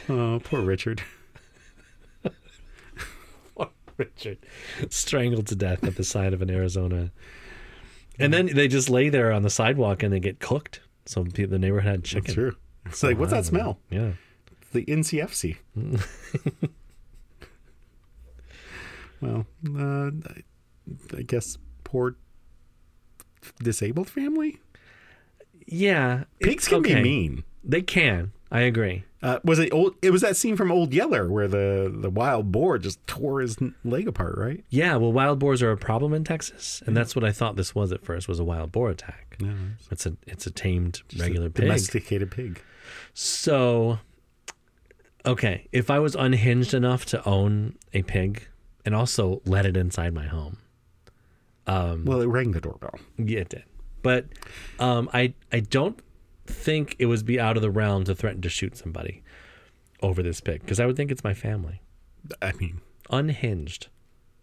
S2: Oh, poor Richard.
S1: Richard strangled to death at the side of an Arizona. And then they just lay there on the sidewalk and they get cooked. So pe- the neighborhood had chicken.
S2: That's true. It's like, what's that smell?
S1: Yeah.
S2: It's the NCFC. well, uh, I- I guess poor disabled family.
S1: Yeah.
S2: Pigs
S1: it's
S2: can be
S1: okay.
S2: mean.
S1: They can. I agree.
S2: Uh, was it old? It was that scene from Old Yeller where the the wild boar just tore his n- leg apart, right?
S1: Yeah, well, wild boars are a problem in Texas, and that's what I thought this was at first was a wild boar attack. It's a it's a tamed regular pig.
S2: Domesticated pig.
S1: So, okay, if I was unhinged enough to own a pig and also let it inside my home, Um,
S2: Well, it rang the doorbell.
S1: yeah, it did. But um, I I don't think it would be out of the realm to threaten to shoot somebody over this pig because I would think it's my family.
S2: I mean,
S1: Unhinged.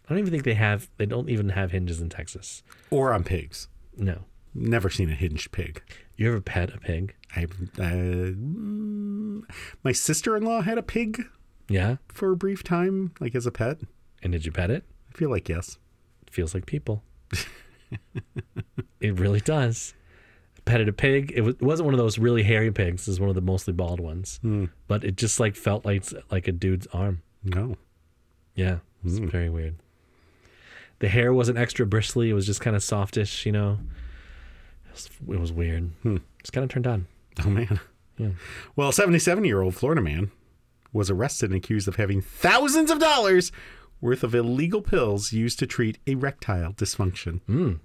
S1: I don't even think they have. They don't even have hinges in Texas.
S2: or on pigs.
S1: No.
S2: Never seen a hinged pig.
S1: You ever pet a pig?
S2: I, uh, mm, my sister in law had a pig
S1: Yeah.
S2: for a brief time, like as a pet.
S1: And did you pet it?
S2: I feel like yes.
S1: It feels like people. it really does. I petted a pig. It, was, it wasn't one of those really hairy pigs. It was one of the mostly bald ones. But it just like felt like like a dude's arm.
S2: No.
S1: Yeah, it was very weird. The hair wasn't extra bristly. It was just kind of softish, you know. It was, it was weird. Just kind of turned on.
S2: Oh man. Well, a 77 year old Florida man was arrested and accused of having thousands of dollars worth of illegal pills used to treat erectile dysfunction.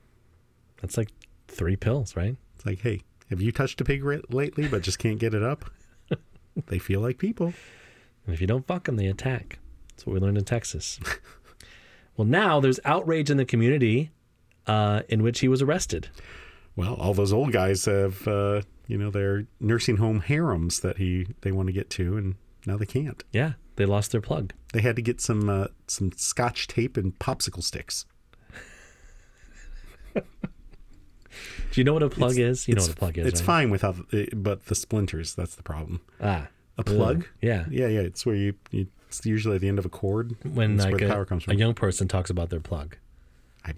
S1: That's like three pills, right?
S2: It's like, hey, have you touched a pig re- lately but just can't get it up? they feel like people.
S1: And if you don't fuck them, they attack. That's what we learned in Texas. well, now there's outrage in the community uh, in which he was arrested.
S2: Well, all those old guys have, uh, you know, their nursing home harems that he they want to get to, and now they can't.
S1: Yeah, they lost their plug.
S2: They had to get some uh, some scotch tape and popsicle sticks.
S1: Do you know what a plug is? You know
S2: It's-
S1: what a plug is.
S2: It's
S1: right?
S2: fine without, it, but the splinters. That's the problem.
S1: Ah,
S2: A plug?
S1: Yeah.
S2: Yeah, yeah. It's where you, you it's usually at the end of a cord.
S1: When
S2: It's
S1: like
S2: where the
S1: a,
S2: power comes
S1: a
S2: from.
S1: young person talks about their plug.
S2: I,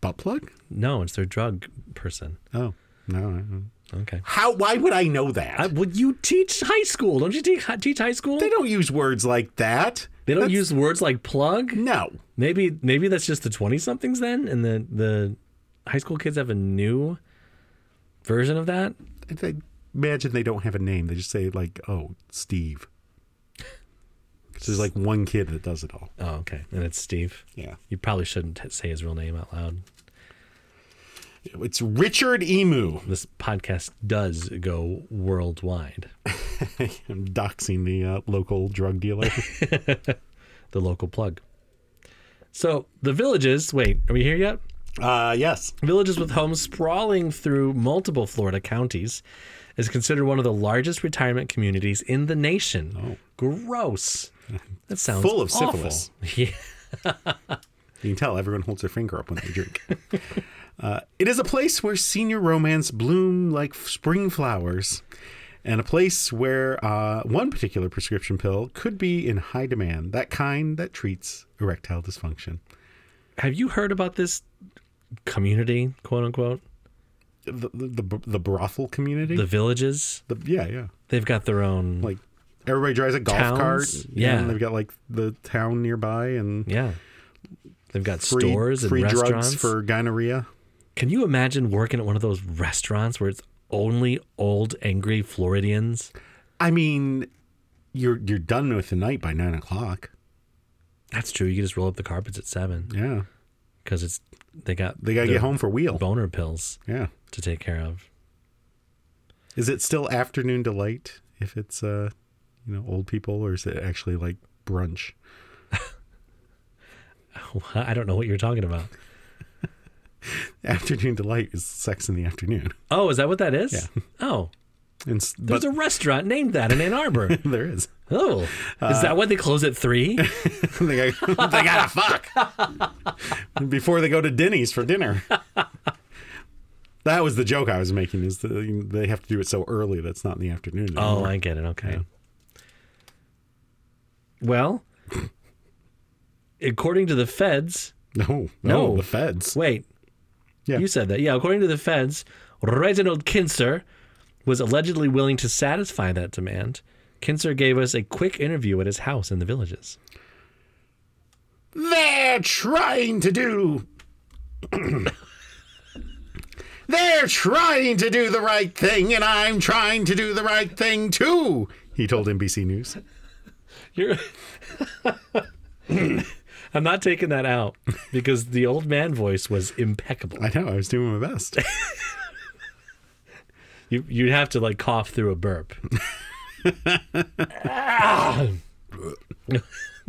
S2: butt plug?
S1: No, it's their drug person.
S2: Oh no. I don't-
S1: Okay.
S2: How? Why would I know that?
S1: I, well, you teach high school, don't you? Teach, teach high school.
S2: they don't use words like that.
S1: They don't
S2: That's-
S1: use words like plug.
S2: no.
S1: Maybe maybe that's just the twenty somethings then, and the the high school kids have a new version of that.
S2: I I imagine they don't have a name. They just say like, "Oh, Steve." 'Cause there's like one kid that does it all.
S1: Oh, okay, and it's Steve.
S2: Yeah.
S1: You probably shouldn't t- say his real name out loud.
S2: It's Richard Emu.
S1: This podcast does go worldwide.
S2: I'm doxing the uh, local drug dealer.
S1: The local plug. So the villages. Wait, are we here yet?
S2: uh, yes.
S1: Villages with homes sprawling through multiple Florida counties is considered one of the largest retirement communities in the nation. Gross. That sounds
S2: Oh. Full of
S1: awful.
S2: syphilis.
S1: Yeah.
S2: You can tell everyone holds their finger up when they drink. uh, it is a place where senior romance bloom like spring flowers, and a place where uh, one particular prescription pill could be in high demand, that kind that treats erectile dysfunction.
S1: Have you heard about this community, quote unquote?
S2: The, the, the, the brothel community?
S1: The villages?
S2: The- yeah, yeah.
S1: They've got their own.
S2: Like everybody drives a golf
S1: Towns?
S2: cart.
S1: Yeah.
S2: And they've got like the town nearby and
S1: yeah. They've got
S2: free,
S1: stores and
S2: free
S1: restaurants.
S2: drugs for gonorrhea.
S1: Can you imagine working at one of those restaurants where it's only old, angry Floridians?
S2: I mean, you're you're done with the night by nine o'clock.
S1: That's true. You can just roll up the carpets at seven
S2: Yeah.
S1: because it's they got
S2: They got to
S1: their
S2: get home for wheel.
S1: boner pills
S2: Yeah.
S1: to take care of.
S2: Is it still afternoon delight if it's uh you know old people or is it actually like brunch?
S1: I don't know what you're talking about.
S2: Afternoon delight is sex in the afternoon.
S1: Oh, is that what that is? Oh,
S2: And s-
S1: there's
S2: but
S1: a restaurant named that in Ann Arbor.
S2: there is.
S1: oh, is
S2: Uh,
S1: that why they close at three?
S2: they, got, they gotta fuck before they go to Denny's for dinner. That was the joke I was making. Is the, they have to do it so early that's not in the afternoon.
S1: Oh,
S2: anymore.
S1: I get it. Okay. Well, according to the feds,
S2: no, no,
S1: No.
S2: the feds.
S1: wait,
S2: Yeah.
S1: you said that. Yeah, according to the feds, Reginald Kinzer was allegedly willing to satisfy that demand. Kinzer gave us a quick interview at his house in the villages.
S2: They're trying to do. They're trying to do the right thing, and I'm trying to do the right thing too, he told NBC News.
S1: You're. I'm not taking that out because the old man voice was impeccable.
S2: I know, I was doing my best.
S1: You, you'd have to like cough through a burp.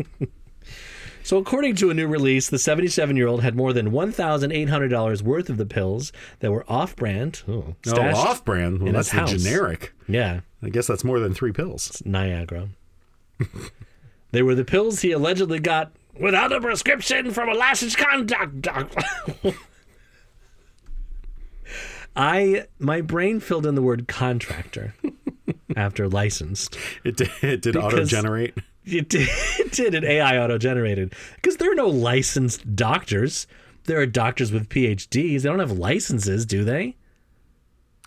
S1: so, according to a new release, the 77 year old had more than $1,800 worth of the pills that were off brand. Oh,
S2: Oh,
S1: stashed-
S2: off brand. Well,
S1: in
S2: that's
S1: his
S2: the
S1: house.
S2: generic.
S1: Yeah,
S2: I guess that's more than three pills.
S1: Niagara. they were the pills he allegedly got without a prescription from a licensed conduct doctor. I my brain filled in the word contractor after licensed.
S2: It did, it did auto generate.
S1: It did, it did an AI auto generated because there are no licensed doctors. There are doctors with PhDs. They don't have licenses, do they?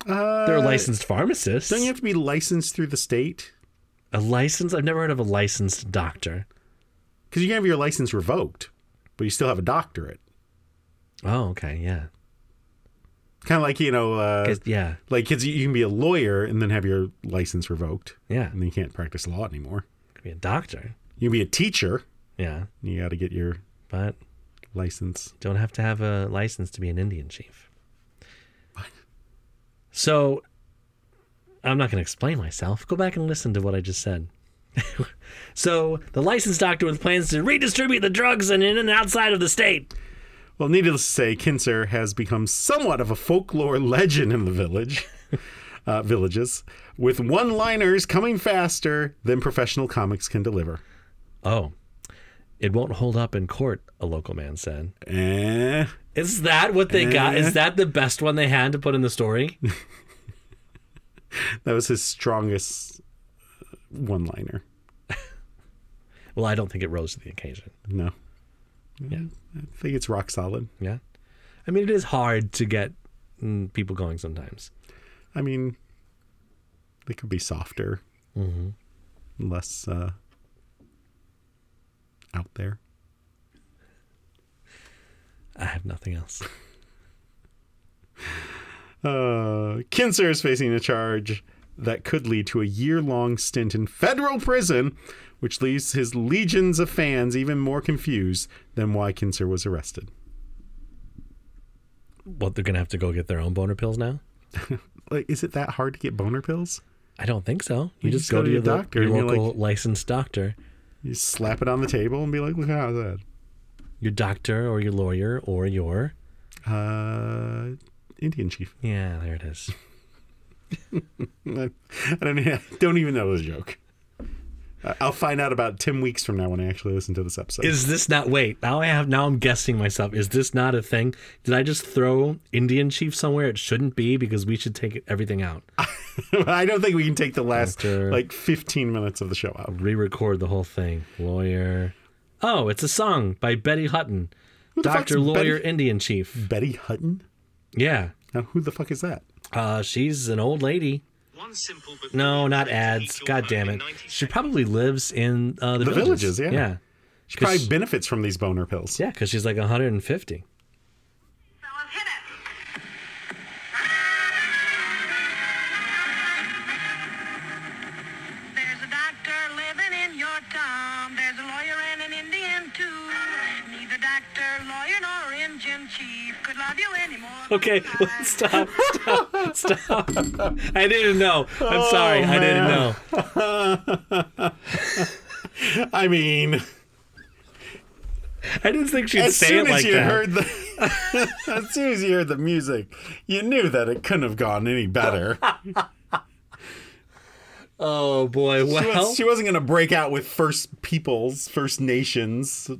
S1: Uh, They're licensed pharmacists.
S2: Don't you have to be licensed through the state?
S1: a license? I've never heard of a licensed doctor.
S2: Because you can have your license revoked, but you still have a doctorate.
S1: Oh, okay, yeah,
S2: Kind of like, you know, uh,
S1: 'Cause- yeah,
S2: like kids, you can be a lawyer and then have your license revoked.
S1: yeah.
S2: and then you can't practice law anymore.
S1: Could be a doctor.
S2: You can be a teacher.
S1: Yeah,
S2: and You got to get your
S1: but
S2: license.
S1: don't have to have a license to be an Indian chief. What? So I'm not going to explain myself. Go back and listen to what I just said. so the licensed doctor with plans to redistribute the drugs and in and outside of the state.
S2: Well, needless to say, Kinzer has become somewhat of a folklore legend in the village. Uh, villages with one liners coming faster than professional comics can deliver.
S1: Oh. It won't hold up in court, a local man said.
S2: Eh.
S1: Is that what they got? Is that the best one they had to put in the story?
S2: That was his strongest uh, one liner.
S1: Well, I don't think it rose to the occasion.
S2: No. Yeah. I think it's rock solid.
S1: Yeah. I mean, it is hard to get mm, people going sometimes.
S2: I mean, they could be softer, less uh, out there.
S1: I have nothing else.
S2: Uh, Kinzer is facing a charge that could lead to a year long stint in federal prison, which leaves his legions of fans even more confused than why Kinzer was arrested.
S1: What, they're going to have to go get their own boner pills now?
S2: Like, is it that hard to get boner pills?
S1: I don't think so. You, just, go, to your, lo-
S2: doctor
S1: your
S2: and you're
S1: local licensed doctor,
S2: You slap it on the table and be like, look how that.
S1: your doctor or your lawyer or your.
S2: Uh, Indian chief.
S1: Yeah, there it is.
S2: I, I don't. I don't even know the joke. I- I'll find out about ten weeks from now when I actually listen to this episode.
S1: Is this not wait? Now I have now I'm guessing myself. Is this not a thing? Did I just throw Indian chief somewhere it shouldn't be because we should take everything out.
S2: I don't think we can take the last
S1: Doctor.
S2: like fifteen minutes of the show out.
S1: Re-record the whole thing. Lawyer. Oh, it's a song by Betty Hutton.
S2: the
S1: Doctor
S2: fuck's
S1: Lawyer
S2: Betty-
S1: Indian Chief.
S2: Betty Hutton.
S1: Yeah.
S2: Now, who the fuck is that?
S1: Uh, she's an old lady.
S4: One simple but
S1: No, not ads. God damn it. She probably lives in uh, the,
S2: The villages, yeah.
S1: Yeah.
S2: She probably
S1: 'Cause-
S2: benefits from these boner pills.
S1: Yeah, because she's like 150.
S3: So I've hit it. There's a doctor living in your town. There's a lawyer and an Indian too. Neither doctor, lawyer, nor Indian chief could love you anymore.
S1: Okay,
S3: Bye-bye.
S1: stop, stop, stop. I didn't know. I'm sorry. I didn't
S2: Oh, man.
S1: know.
S2: I mean,
S1: I didn't think she'd
S2: as
S1: say
S2: soon
S1: it
S2: as
S1: like
S2: you
S1: that.
S2: heard the, as soon as you heard the music, you knew that it couldn't have gone any better.
S1: oh boy.
S2: She, was,
S1: Well,
S2: not going to break out with First Peoples, First Nations,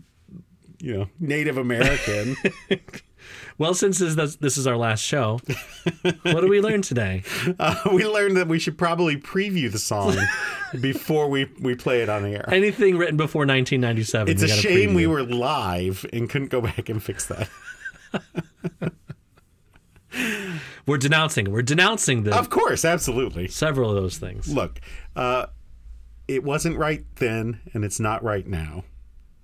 S2: you know, Native American.
S1: well, since this, this this is our last show, what do we learn today?
S2: uh, we learned that we should probably preview the song before we, we play it on the air.
S1: Anything written before 1997?
S2: it's
S1: we
S2: a
S1: gotta
S2: shame we
S1: preview.
S2: were live and couldn't go back and fix that.
S1: We're denouncing. We're denouncing the
S2: of course, absolutely.
S1: several of those things.
S2: Look, uh, it wasn't right then, and it's not right now,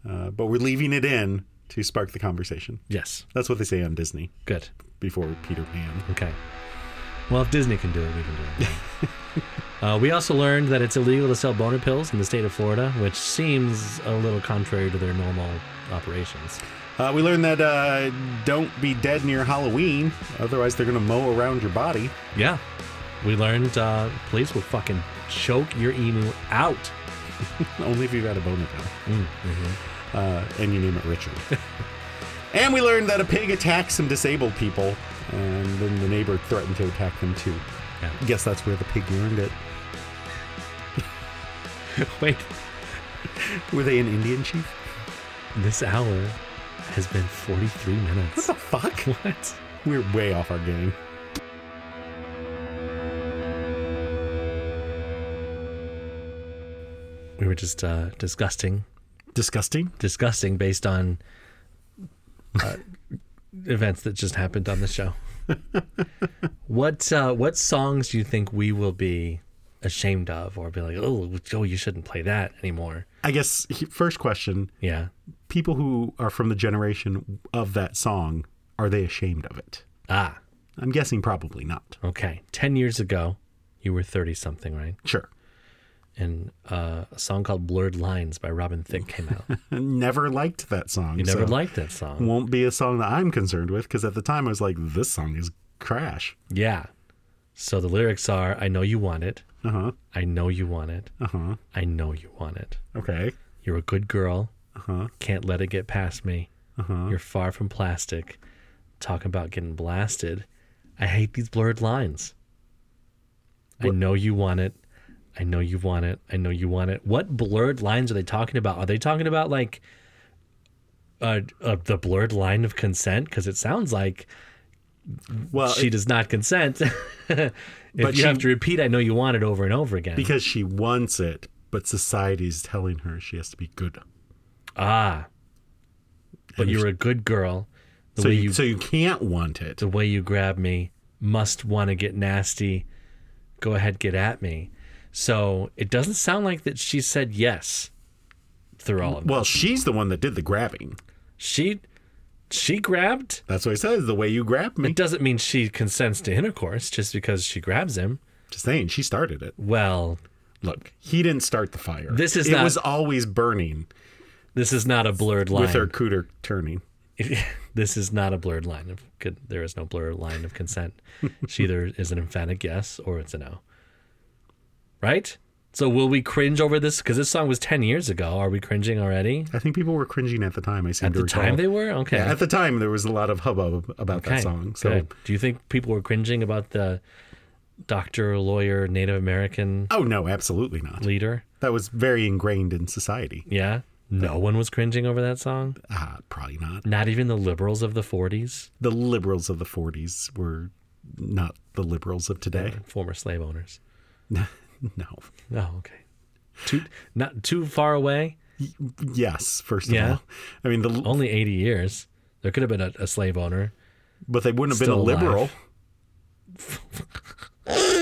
S2: uh, but we're leaving it in to spark the conversation.
S1: Yes.
S2: That's what they say on Disney
S1: Good.
S2: before Peter Pan.
S1: Okay. Well, if Disney can do it, we can do it. uh, we also learned that it's illegal to sell boner pills in the state of Florida, which seems a little contrary to their normal operations.
S2: Uh, we learned that uh, don't be dead near Halloween, otherwise they're gonna mow around your body.
S1: Yeah. We learned uh, police will fucking choke your emu out.
S2: Only if you've had a bone pill. Uh, and you name it Richard. and we learned that a pig attacked some disabled people, and then the neighbor threatened to attack them too.
S1: Yeah.
S2: Guess that's where the pig learned it.
S1: Wait,
S2: Were they an Indian chief?
S1: this hour has been 43
S2: What
S1: minutes.
S2: the fuck?
S1: What?
S2: We're way off our game.
S1: We were just uh, disgusting,
S2: Disgusting.
S1: disgusting based on uh, events that just happened on the show. what uh, what songs do you think we will be ashamed of, or be like, oh, Joe, you shouldn't play that anymore?
S2: I guess he- first question:
S1: Yeah,
S2: People who are from the generation of that song, are they ashamed of it?
S1: ah,
S2: I'm guessing probably not.
S1: okay. Ten years ago, you were thirty something, right?
S2: Sure.
S1: and uh, a song called "Blurred Lines" by Robin Thicke came out.
S2: Never liked that song.
S1: You never
S2: so
S1: liked that song,
S2: Won't be a song that I'm concerned with because at the time I was like, this song is crash.
S1: yeah. So the lyrics are, "I know you want it,
S2: Uh huh.
S1: I know you want it,
S2: Uh huh.
S1: I know you want it.
S2: Okay.
S1: You're a good girl,
S2: Uh-huh.
S1: can't let it get past me. You're far from plastic. Talking about getting blasted. I hate these blurred lines. I know you want it." I know you want it. I know you want it. What blurred lines are they talking about? Are they talking about like uh, uh, the blurred line of consent? Because it sounds like
S2: Well,
S1: she
S2: it-
S1: does not consent. if you
S2: she-
S1: have to repeat, I know you want it over and over again.
S2: because she wants it, but society's telling her she has to be good.
S1: ah, but you're a good girl. The
S2: So
S1: way
S2: you,
S1: you
S2: so you can't want it.
S1: the way you grab me must want to get nasty. Go ahead, get at me. So it doesn't sound like that she said yes through all of it.
S2: Well, she's the one that did the grabbing.
S1: She she grabbed.
S2: That's what he says. The way you grabbed me.
S1: It doesn't mean she consents to intercourse just because she grabs him.
S2: Just saying, she started it.
S1: Well,
S2: Look, he didn't start the fire.
S1: This is
S2: it
S1: not-
S2: was always burning
S1: this is not a blurred line.
S2: with her cooter turning.
S1: this is not a blurred line of good. There is no blurred line of consent. she either is an emphatic yes or it's a no. Right. So will we cringe over this? Because this song was ten years ago. Are we cringing already?
S2: I think people were cringing at the time. I seem
S1: At
S2: to
S1: the
S2: recall.
S1: time they were okay.
S2: Yeah, at the time there was a lot of hubbub about that
S1: Okay,
S2: song. So
S1: good. do you think people were cringing about the doctor, lawyer, Native American
S2: oh no, absolutely not.
S1: leader?
S2: That was very ingrained in society.
S1: Yeah, no one was cringing over that song.
S2: Ah, probably not.
S1: Not even the liberals of the '40s,
S2: The liberals of the 40s were not the liberals of today.
S1: former slave owners.
S2: No.
S1: Oh, okay. Too not too far away.
S2: Yes, first of
S1: Yeah.
S2: all. I mean the
S1: Only 80 years. There could have been a, a slave owner.
S2: but they wouldn't have been a
S1: Still alive.
S2: liberal.